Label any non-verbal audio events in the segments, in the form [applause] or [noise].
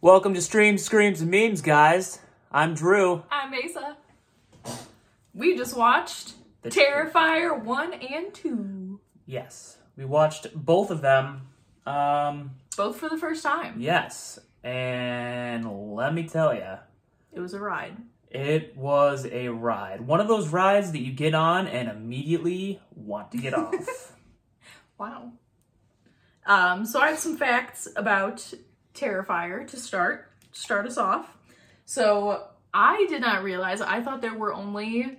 Welcome to Streams, Screams, and Memes, guys. I'm Drew. [laughs] I'm Mesa. We just watched The- Terrifier 1 and 2. Yes, we watched both of them. Um, Both for the first time. yes, and let me tell you, It was a ride. it was a ride. One of those rides that you get on and immediately want to [laughs] get off. Wow. Um, so I have some facts about Terrifier to start start us off. So I did not realize I thought there were only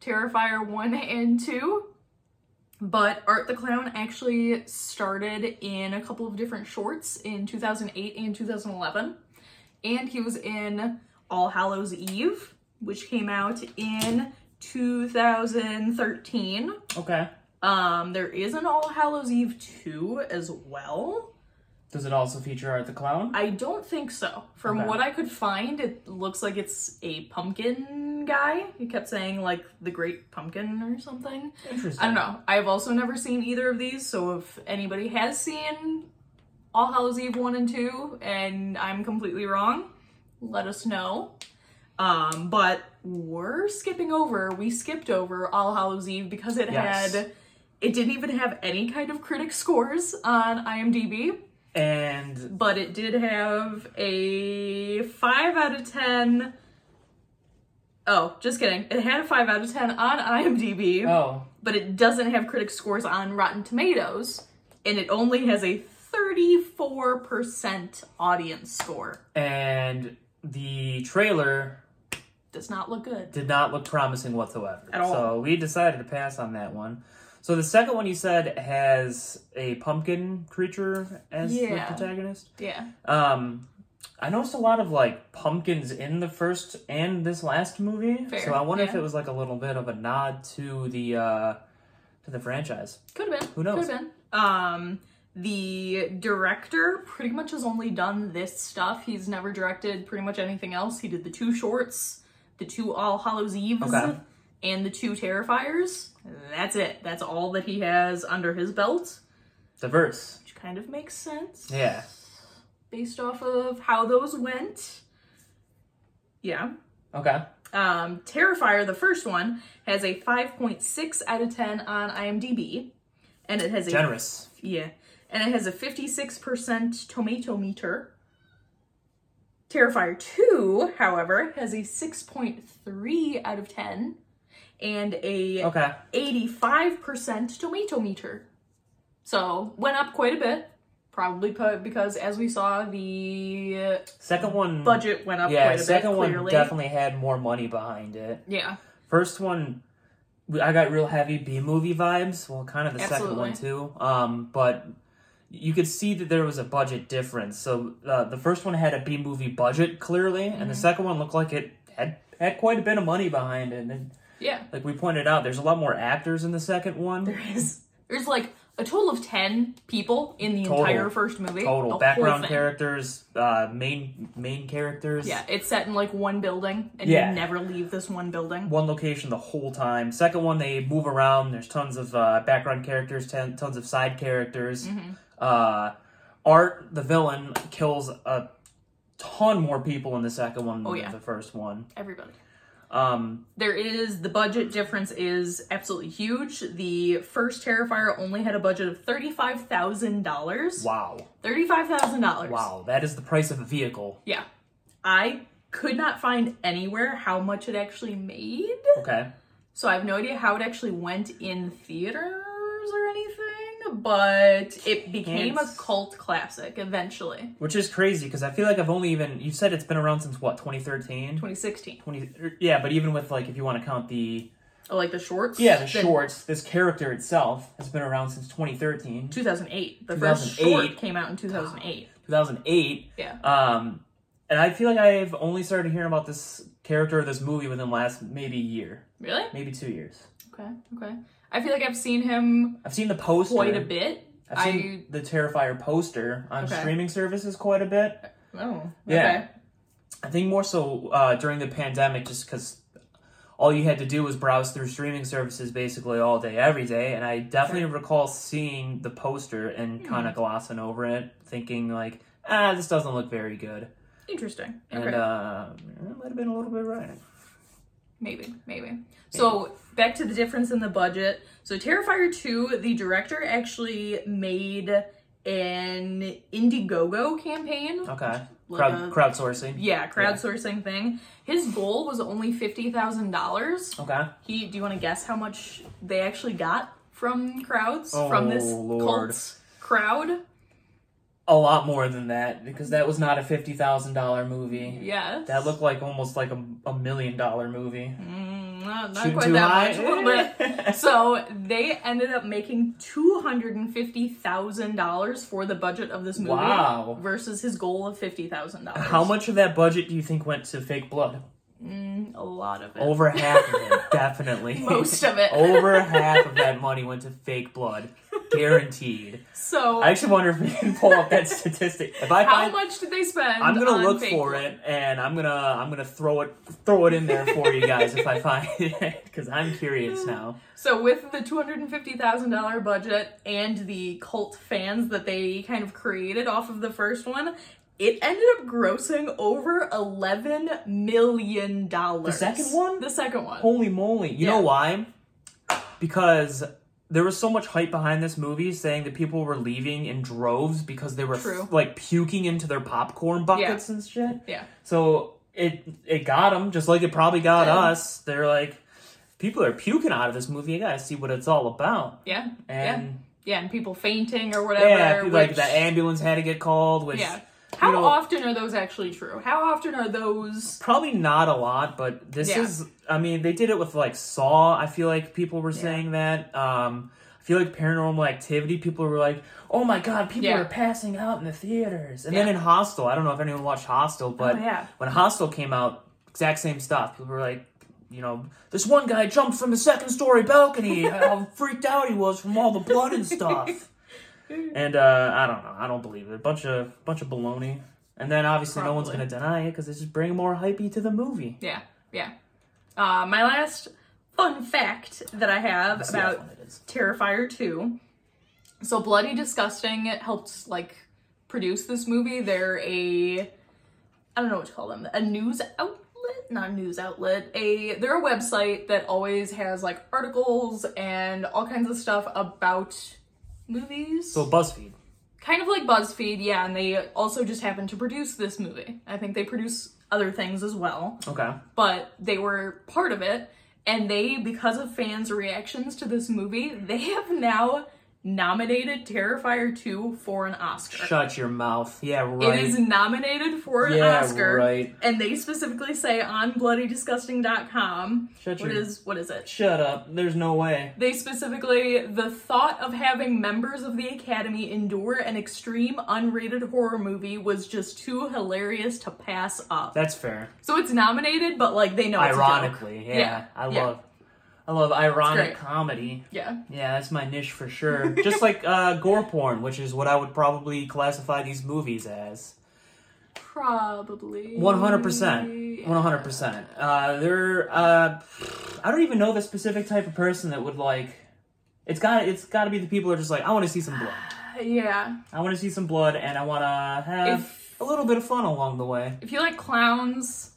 Terrifier 1 and 2. But Art the Clown actually started in a couple of different shorts in 2008 and 2011. And he was in All Hallows Eve, which came out in 2013. Okay. Um, there is an All Hallows Eve 2 as well. Does it also feature Art the Clown? I don't think so. From Okay. what I could find, it looks like it's a pumpkin guy. He kept saying, like, the great pumpkin or something. Interesting. I don't know. I've also never seen either of these, so if anybody has seen All Hallows Eve 1 and 2 and I'm completely wrong, let us know. Um, but we're skipping over, we skipped over All Hallows Eve because it Yes. had, it didn't even have any kind of critic scores on IMDb, And but it did have a 5 out of 10. Oh, just kidding. It had a 5 out of 10 on IMDb oh, but it doesn't have critic scores on Rotten Tomatoes, and it only has a 34% audience score. and the trailer Does not look good. did not look promising whatsoever. At all. So we decided to pass on that one. So the second one you said has a pumpkin creature as Yeah. the protagonist. Yeah. Um, I noticed a lot of like pumpkins in the first and this last movie. Fair, So I wonder if yeah. it was like a little bit of a nod to the uh, to the franchise. Could have been. Who knows? Could have been. Um, the director pretty much has only done this stuff. He's never directed pretty much anything else. He did the two shorts, the two All Hallows Eves, Okay. and the two Terrifiers. That's it. That's all that he has under his belt, Diverse. which kind of makes sense. Yeah. based off of how those went. Yeah. Okay. Um, Terrifier, the first one, has a 5.6 out of 10 on IMDb. And it has a Generous. yeah, and it has a 56% tomato meter. Terrifier 2, however, has a 6.3 out of 10 and a Okay. 85% tomato meter. So, went up quite a bit. Probably put because as we saw the Second one. budget went up Yeah. quite a Second bit. one clearly. definitely had more money behind it. Yeah. First one, we- I got real heavy B movie vibes. Well, kind of the second one too. Um, but you could see that there was a budget difference. So uh, the first one had a B movie budget clearly, and Mm-hmm. the second one looked like it had had quite a bit of money behind it. And Yeah. like we pointed out, there's a lot more actors in the second one. There is there's like a total of 10 people in the Total. entire first movie. The Total whole background thing. characters, uh, main main characters. Yeah, it's set in like one building and Yeah. you never leave this one building. one location the whole time. Second one, they move around. There's tons of uh, background characters, ton, tons of side characters. Uh, Art, the villain, kills a ton more people in the second one than yeah. the first one. Everybody. Um, There is the budget difference is absolutely huge. The first Terrifier only had a budget of thirty-five thousand dollars. wow, Thirty-five thousand dollars. wow, that is the price of a vehicle. Yeah. I could not find anywhere how much it actually made. Okay, So I have no idea how it actually went in theaters or anything, but it became It's- a cult classic eventually. which is crazy because I feel like I've only even you said it's been around since what 2013. 2016. 20, er, yeah, but even with like if you want to count the Oh, like the shorts? yeah the Then shorts, this character itself has been around since 2013, 2008. The first 2008. short came out in 2008. 2008. Yeah. Um, and I feel like I've only started hearing about this character or this movie within the last maybe year, Really? maybe two years. Okay, okay. I feel like I've seen him I've seen the poster. quite a bit. I've seen the Terrifier poster on Okay. streaming services quite a bit. Oh, Yeah. I think more so uh, during the pandemic, just because all you had to do was browse through streaming services basically all day, every day. And I definitely recall seeing the Hmm. poster and kind of glossing over it, thinking like, ah, this doesn't look very good. okay. Interesting. And Okay. uh, it might have been a little bit right. Maybe, maybe. So back to the difference in the budget. So Terrifier 2, the director actually made an Indiegogo campaign. Okay. Like Crowd, a- crowdsourcing. yeah, crowdsourcing thing. His goal was only fifty thousand dollars. Okay. He do you wanna guess how much they actually got from crowds? Oh, from this Lord. cult crowd? A lot more than that because that was not a fifty thousand dollar movie. Yes. That looked like almost like a, a million dollar movie. Mm, not, not Too- quite too that high? much, a little bit. So they ended up making two hundred and fifty thousand dollars for the budget of this movie Wow. versus his goal of fifty thousand dollars. [laughs] How much of that budget do you think went to fake blood? Mm, a lot of it. Over half of [laughs] it, definitely. Most of [laughs] it. Over half of that money went to fake blood, guaranteed. so I actually wonder if we can pull up that statistic. If I how find, much did they spend? I'm gonna on look fake for blood? it, and I'm gonna I'm gonna throw it throw it in there for you guys if I find [laughs] it, because I'm [sighs] curious now. So with the two hundred and fifty thousand dollar budget and the cult fans that they kind of created off of the first one. It ended up grossing over eleven million dollars. second one? The second one. Holy moly! You know Yeah. why? Because there was so much hype behind this movie, saying that people were leaving in droves because they were True. like puking into their popcorn buckets and shit. Yeah. So it it got them just like it probably got Yeah. us. They're like, people are puking out of this movie. I gotta see what it's all about. Yeah. yeah. And Yeah, and people fainting or yeah, whatever. people- like which- the ambulance had to get called, which Yeah. How you know- often are those actually true? How often are those? probably not a lot, but this Yeah. is. I mean, they did it with like Saw. I feel like people were saying that. Um, I feel like Paranormal Activity. People were like, "Oh my god, people Yeah. are passing out in the theaters." And Yeah. Oh, then in Hostel, I don't know if anyone watched Hostel, but yeah. when Hostel came out, exact same stuff. People were like. You know, this one guy jumped from the second story balcony. [laughs] How freaked out he was from all the blood and stuff. And uh, I don't know. I don't believe it. bunch of bunch of baloney. And then obviously no one's Probably. gonna deny it because it's just bringing more hypey to the movie. Yeah, yeah. Uh, my last fun fact that I have That's the about other one it is. Terrifier 2. So Bloody Disgusting helped like produce this movie. They're a I don't know what to call them. A news outlet, not a news outlet. A they're a website that always has like articles and all kinds of stuff about movies. So BuzzFeed. kind of like BuzzFeed, yeah, and they also just happened to produce this movie. I think they produce other things as well Okay. but they were part of it. And they, because of fans' reactions to this movie, they have now nominated Terrifier 2 for an Oscar. Shut your mouth. Yeah, right. It is nominated for an Yeah, Oscar. right. And they specifically say on bloodydisgusting.com. Shut What your- is what is it? Shut up. There's no way. They specifically the thought of having members of the Academy endure an extreme unrated horror movie was just too hilarious to pass up. That's fair. so it's nominated, but like they know it's a joke. Ironically, yeah. Yeah, I yeah. love I love ironic great. comedy. Yeah. Yeah, that's my niche for sure. Just like uh, gore porn, which is what I would probably classify these movies as. Probably. One hundred percent. One hundred percent. Uh, they're. Uh, I don't even know the specific type of person that would like. It's got. It's got to be the people who are just like, I want to see some blood. Uh, Yeah. I want to see some blood, and I want to have If- a little bit of fun along the way. If you like clowns,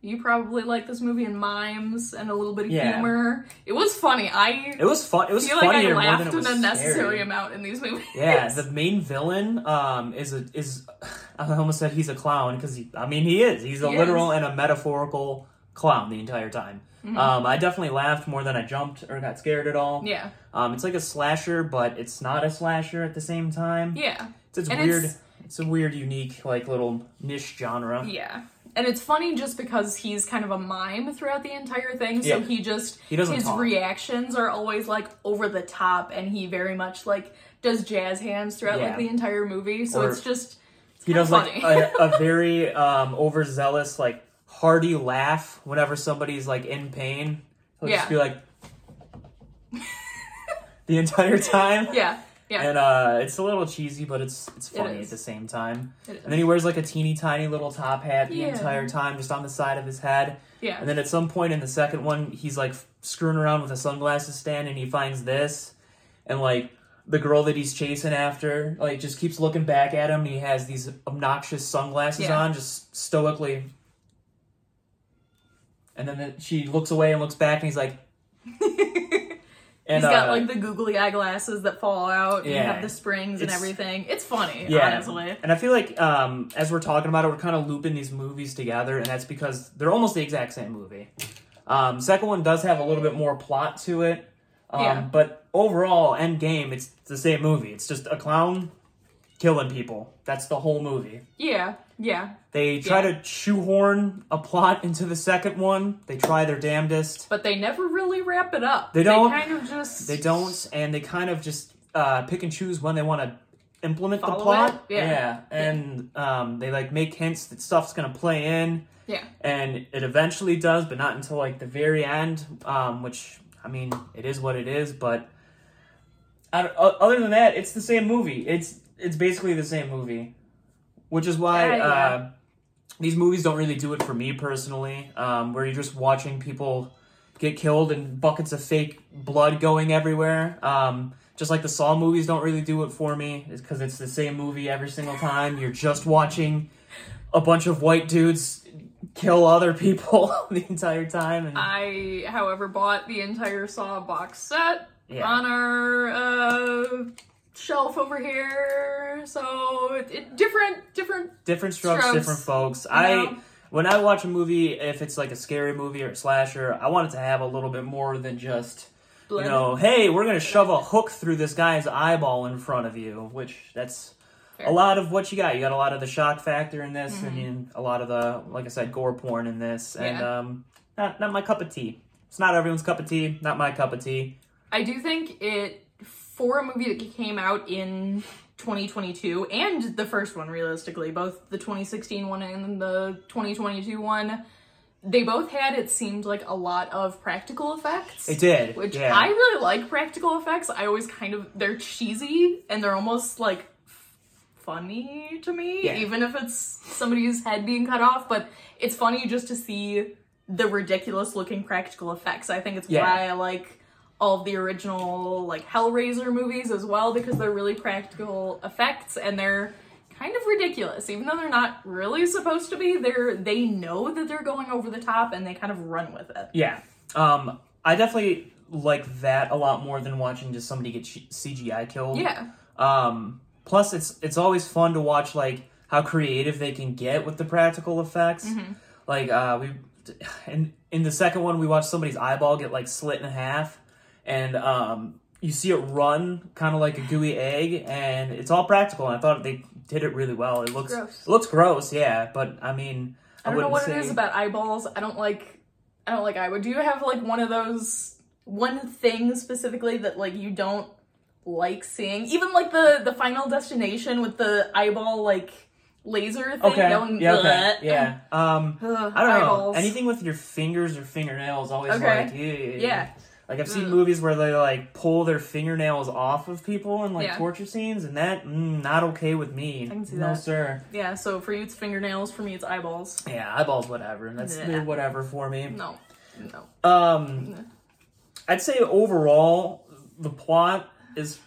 you probably like this movie and mimes and a little bit of Yeah. humor. It was funny. I It was fun. It was feel like I funnier more than laughed it an was unnecessary scary. amount in these movies. Yeah, the main villain um, is a is. [sighs] I almost said he's a clown because I mean he is. He's a He literal is. Mm-hmm. and a metaphorical clown the entire time. Um, I definitely laughed more than I jumped or got scared at all. [laughs] yeah. Um, it's like a slasher, but it's not a slasher at the same time. Yeah. It's, it's And weird. It's, it's- a weird, unique, like little niche genre. Yeah. And it's funny just because he's kind of a mime throughout the entire thing, so Yeah. he just He doesn't his talk. reactions are always like over the top and he very much like does jazz hands throughout like Yeah. the entire movie. So Or- it's just it's He kinda does funny. like a, a very um, overzealous, like hearty laugh whenever somebody's like in pain. He'll Yeah. just be like the entire time. yeah. [laughs] Yeah. And uh, it's a little cheesy, but it's it's It funny is. at the same time. It And then he wears like a teeny tiny little top hat Yeah. the entire time, just on the side of his head. Yeah. And then at some point in the second one, he's like screwing around with a sunglasses stand and he finds this and like the girl that he's chasing after like just keeps looking back at him. He has these obnoxious sunglasses Yeah. on, just stoically. And then the- she looks away and looks back, and [laughs] he's like, and He's got uh, like the googly eye glasses that fall out and Yeah. have the springs and It's- everything. It's funny, yeah. honestly. And I feel like um, as we're talking about it, we're kind of looping these movies together, and that's because they're almost the exact same movie. Um, second one does have a little bit more plot to it, um, Yeah. but overall, Endgame, it's the same movie. It's just a clown killing people. That's the whole movie. Yeah, yeah. They try Yeah. to shoehorn a plot into the second one. They try their damnedest. But they never really wrap it up. They don't- kind of just They don't, and they kind of just uh, pick and choose when they want to implement the Follow plot. it? Yeah. and um, they like make hints that stuff's gonna play in, Yeah. and it eventually does, but not until like the very end. Um, which I mean, it is what it is, but I don't- o- other than that, it's the same movie. It's it's basically the same movie, which is why. Yeah, uh, yeah. these movies don't really do it for me personally, um, where you're just watching people get killed and buckets of fake blood going everywhere. Um, just like the Saw movies don't really do it for me, because it's the same movie every single time. You're just watching a bunch of white dudes kill other people [laughs] the entire time. Uh, And, I, however, bought the entire Saw box set Yeah. on our uh, shelf over here. So it, it different, different. different strokes, Strokes. different folks. I know? when I watch a movie, if it's like a scary movie or a slasher, I want it to have a little bit more than just Blood. you know, hey, we're gonna shove a hook through this guy's eyeball in front of you, which that's Fair. Mm-hmm. a lot of what you got. You got a lot of the shock factor in this, and you, a lot of the, like I said, gore porn in this, and Yeah. um, not not my cup of tea. It's not everyone's cup of tea. Not my cup of tea. I do think it for a movie that came out in 2022 and the first one realistically, both the 2016 one and the 2022 one, they both had it seemed like a lot of practical effects. It did, Which yeah. I really like practical effects. I always kind of they're cheesy and they're almost like f- funny to me, Yeah. even if it's somebody's head being cut off. But it's funny just to see the ridiculous looking practical effects. I think it's Yeah. why I like all of the original like Hellraiser movies as well because they're really practical effects and they're kind of ridiculous even though they're not really supposed to be they're they know that they're going over the top and they kind of run with it Yeah, um, I definitely like that a lot more than watching just somebody get sh- CGI killed. yeah Um, plus, it's it's always fun to watch like how creative they can get with the practical effects. Mm-hmm. Like uh, we in in the second one, we watched somebody's eyeball get like slit in half, and um, you see it run kind of like a gooey egg, and it's all practical. And I thought they did it really well. It looks Gross. it looks gross, yeah. But I mean, I, I don't know wouldn't what it say is about eyeballs. I don't like. I don't like eyeball. Do you have like one of those one thing specifically that like you don't like seeing? Even like the the final destination with the eyeball like laser thing. okay. Don't, yeah, okay. bleh. [laughs] yeah. Um, [sighs] Ugh, I don't know. eyeballs. Anything with your fingers or fingernails always Okay. like "Ew." Yeah. Mm. Like I've seen Ugh. movies where they like pull their fingernails off of people in like Yeah. torture scenes, and that mm, not okay with me. can see no, that. sir. Yeah. So for you it's fingernails. For me it's eyeballs. Yeah, eyeballs, whatever. That's Nah. they're whatever for me. No. No. Nah. Um, I'd say overall the plot is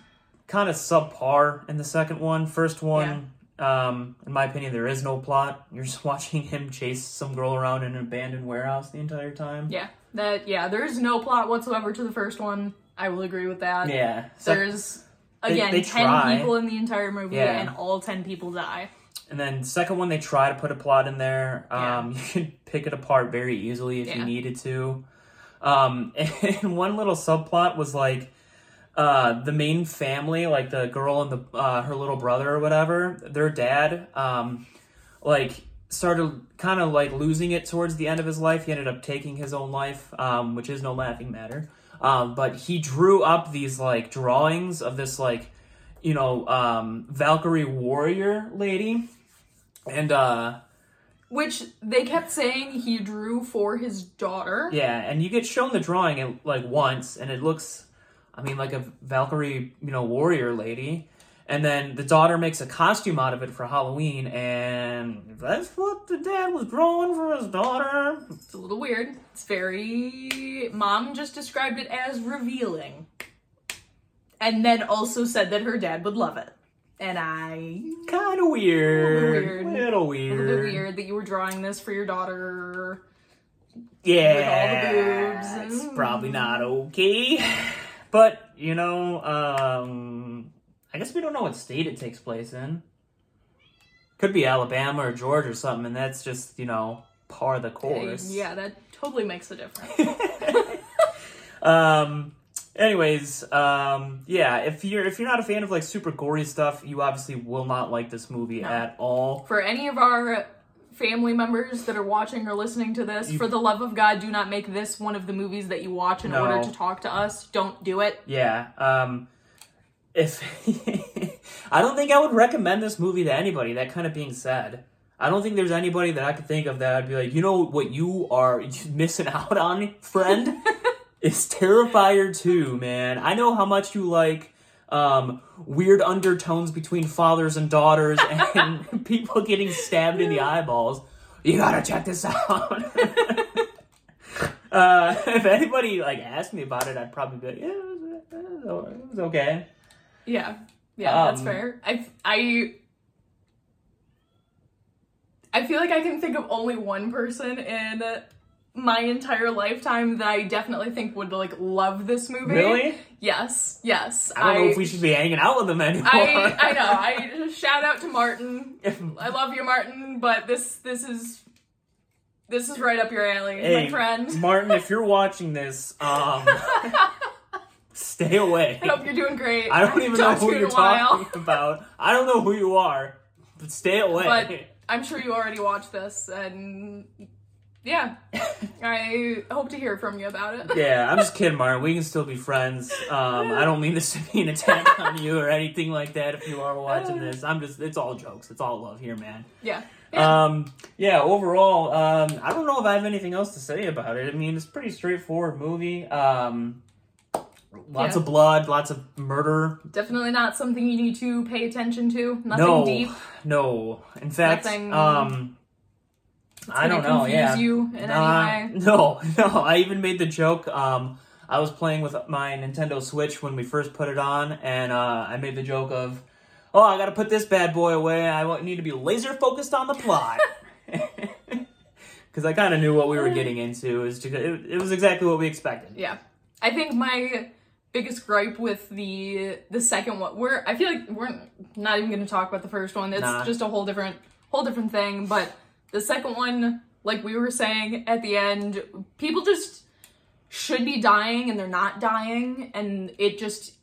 kind of subpar in the second one. First one, um, in my opinion, there is no plot. You're just [laughs] watching him chase some girl around in an abandoned warehouse the entire time. Yeah. That. Yeah. There is no plot whatsoever to the first one. I will agree with that. Yeah. Sec- There's again they ten try. people in the entire movie, Yeah. and all ten people die. And then second one, they try to put a plot in there. Um, [laughs] You can pick it apart very easily if Yeah. you needed to. Um, [laughs] and one little subplot was like uh, the main family, like the girl and the uh, her little brother or whatever, their dad, um, like started kind of like losing it towards the end of his life. He ended up taking his own life, um, which is no laughing matter. Um, but he drew up these like drawings of this like you know um, Valkyrie warrior lady. And uh Which they kept saying he drew for his daughter. yeah, and you get shown the drawing at, like once and it looks I mean like a Valkyrie, you know, warrior lady. And then the daughter makes a costume out of it for Halloween and that's what the dad was drawing for his daughter. It's a little weird. It's very. Mom just described it as revealing. and then also said that her dad would love it. And I Kind of weird. weird. Little a weird. little bit weird that you were drawing this for your daughter. Yeah. With all the boobs It's and- probably [laughs] not okay. But, you know, um, I guess we don't know what state it takes place in. Could be Alabama or Georgia or something, and that's just, you know, par the course. Yeah, that totally makes a difference. [laughs] um anyways um yeah if you're if you're not a fan of like super gory stuff you obviously will not like this movie at all for any of our family members that are watching or listening to this, for the love of God, do not make this one of the movies that you watch in No. order to talk to us. Don't do it. yeah um if [laughs] i don't think i would recommend this movie to anybody that kind of being said i don't think there's anybody that i could think of that i'd be like you know what you are [laughs] missing out on friend is terrifier 2 man i know how much you like um, weird undertones between fathers and daughters and [laughs] people getting stabbed in the eyeballs you gotta check this out [laughs] uh, [laughs] if anybody like asked me about it i'd probably be like yeah it was, it was- it was okay Yeah. Yeah, that's Um, fair. I I I feel like I can think of only one person in my entire lifetime that I definitely think would like love this movie. really Yes. Yes. i don't know if we should be hanging out with them anymore I, I [laughs] know. I shout out to Martin. I love you, Martin, but this this is this is right up your alley, my Hey, friend. Martin, if you're watching this, [laughs] um, stay away. I hope you're doing great. I don't even know Talked to who you in you're a while, talking about. I don't know who you are, but stay away. [laughs] But I'm sure you already watched this, and [laughs] yeah, I hope to hear from you about it. yeah, I'm just kidding, Martin. We can still be friends. Um, I don't mean this to [laughs] be an attack on you or anything like that. If you are Uh, watching this, I'm just—it's all jokes. It's all love here, man. Yeah. Yeah. Um, yeah, overall, um, I don't know if I have anything else to say about it. I mean, it's a pretty straightforward movie. Um, lots Yeah. of blood, lots of murder. Definitely not something you need to pay attention to. Nothing No, deep. no. In fact, Nothing- um, I gonna don't know. confuse Yeah, you in any Nah, way. [laughs] no, no. I even made the joke. Um, I was playing with my Nintendo Switch when we first put it on, and uh, I made the joke of, "Oh, I got to put this bad boy away. I wa- need to be laser focused on the plot." [laughs] Because I kind of knew what we were getting into. It was, ju- it, it was exactly what we expected. Yeah. I think my biggest gripe with the the second one we're I feel like we're not even gonna talk about the first one. It's Nah. just a whole different whole different thing. But the second one, like we were saying at the end, people just should be dying and they're not dying and it just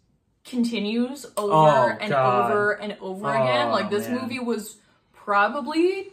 continues over Oh, and God. over and over again. Oh, Like this man. movie was probably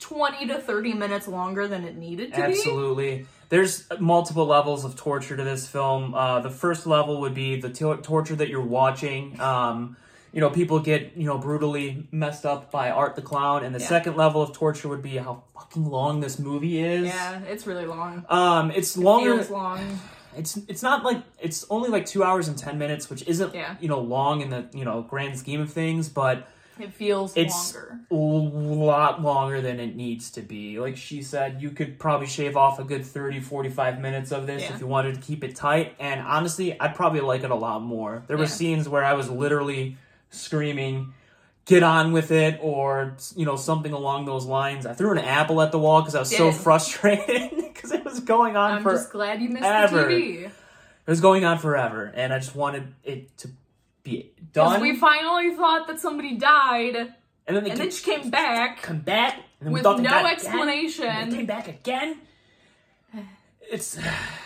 twenty to thirty minutes longer than it needed to be. Absolutely. There's multiple levels of torture to this film. Uh, the first level would be the to- torture that you're watching. Um, you know, people get you know brutally messed up by Art the Clown, and the Yeah. second level of torture would be how fucking long this movie is. Yeah, it's really long. Um, it's longer. Feels long. It's it's not like it's only like two hours and ten minutes, which isn't Yeah. you know long in the you know grand scheme of things, but It feels it's longer. a lot longer than it needs to be like she said you could probably shave off a good 30 45 minutes of this Yeah. if you wanted to keep it tight and honestly i'd probably like it a lot more there were Yeah. scenes where i was literally screaming get on with it or you know something along those lines i threw an apple at the wall because i was so Did. frustrated [laughs] because it was going on I'm for just glad you missed ever. the TV. it was going on forever and i just wanted it to be 'Cause done we finally thought that somebody died, and then they and kept- then she came back come back and then we with thought they no got it again. They came explanation. back again. It's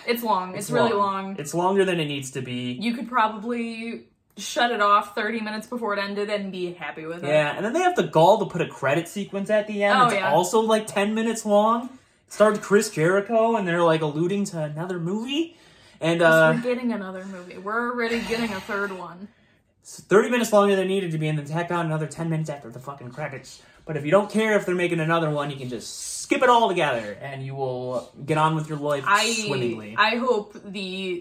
It's long. It's, really long. It's longer than it needs to be. you could probably shut it off 30 minutes before it ended and be happy with it. Yeah, and then they have the gall to put a credit sequence at the end. Oh, it's yeah. also like ten minutes long. It started Chris Jericho, and they're like alluding to another movie. And uh, we're getting another movie. We're already getting a third one. it's thirty minutes longer than it needed to be, and then tack on another ten minutes after the fucking credits. But if you don't care if they're making another one, you can just skip it all together, and you will get on with your life I swimmingly. I hope the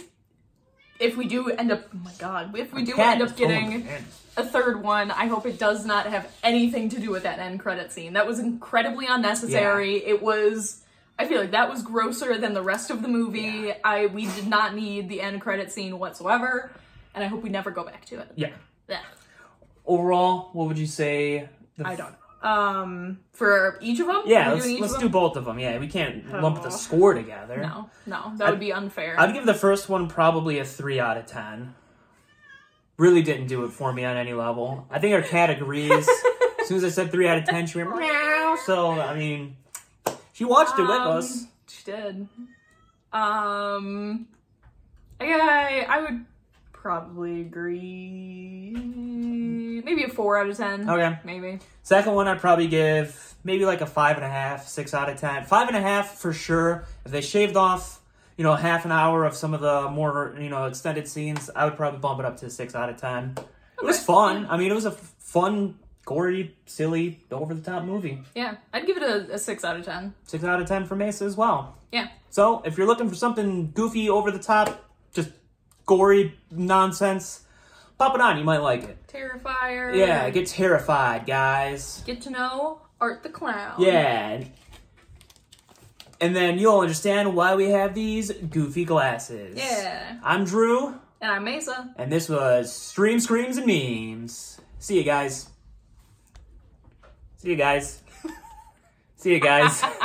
if we do end up oh my god, if we do Cat end is up pulling getting the pin. a third one. I hope it does not have anything to do with that end credit scene. That was incredibly unnecessary. It was I feel like that was grosser than the rest of the movie. I we did not need the end credit scene whatsoever. and I hope we never go back to it. Yeah. Yeah. Overall, what would you say? The I don't know. Um, for each of them, Yeah, We're let's, doing each let's of do them? both of them. Yeah, we can't lump Oh. the score together. No, no, that would be unfair. I'd give the first one probably a 3 out of 10. Really didn't do it for me on any level. I think our [laughs] cat agrees. as soon as I said 3 out of 10, she went meow. So, I mean, she watched it with Um, us. She did. Um, yeah, I would probably agree. Maybe a four out of ten. Okay. Maybe. Second one, I'd probably give maybe like a five and a half, six out of ten. Five and a half for sure. If they shaved off, you know, half an hour of some of the more, you know, extended scenes, I would probably bump it up to six out of ten. It was fun. I mean, it was a f- fun, gory, silly, over the top movie. Yeah, I'd give it a, a six out of ten. Six out of ten for Mesa as well. Yeah. So if you're looking for something goofy, over the top, just gory nonsense, pop it on. You might like it. Terrifier. Yeah, get terrified, guys. Get to know Art the Clown. Yeah. and- And then you'll understand why we have these goofy glasses. Yeah. I'm Drew, And I'm Mesa. [laughs] and this was Stream Screams and Memes. See you guys. See you guys. See you guys.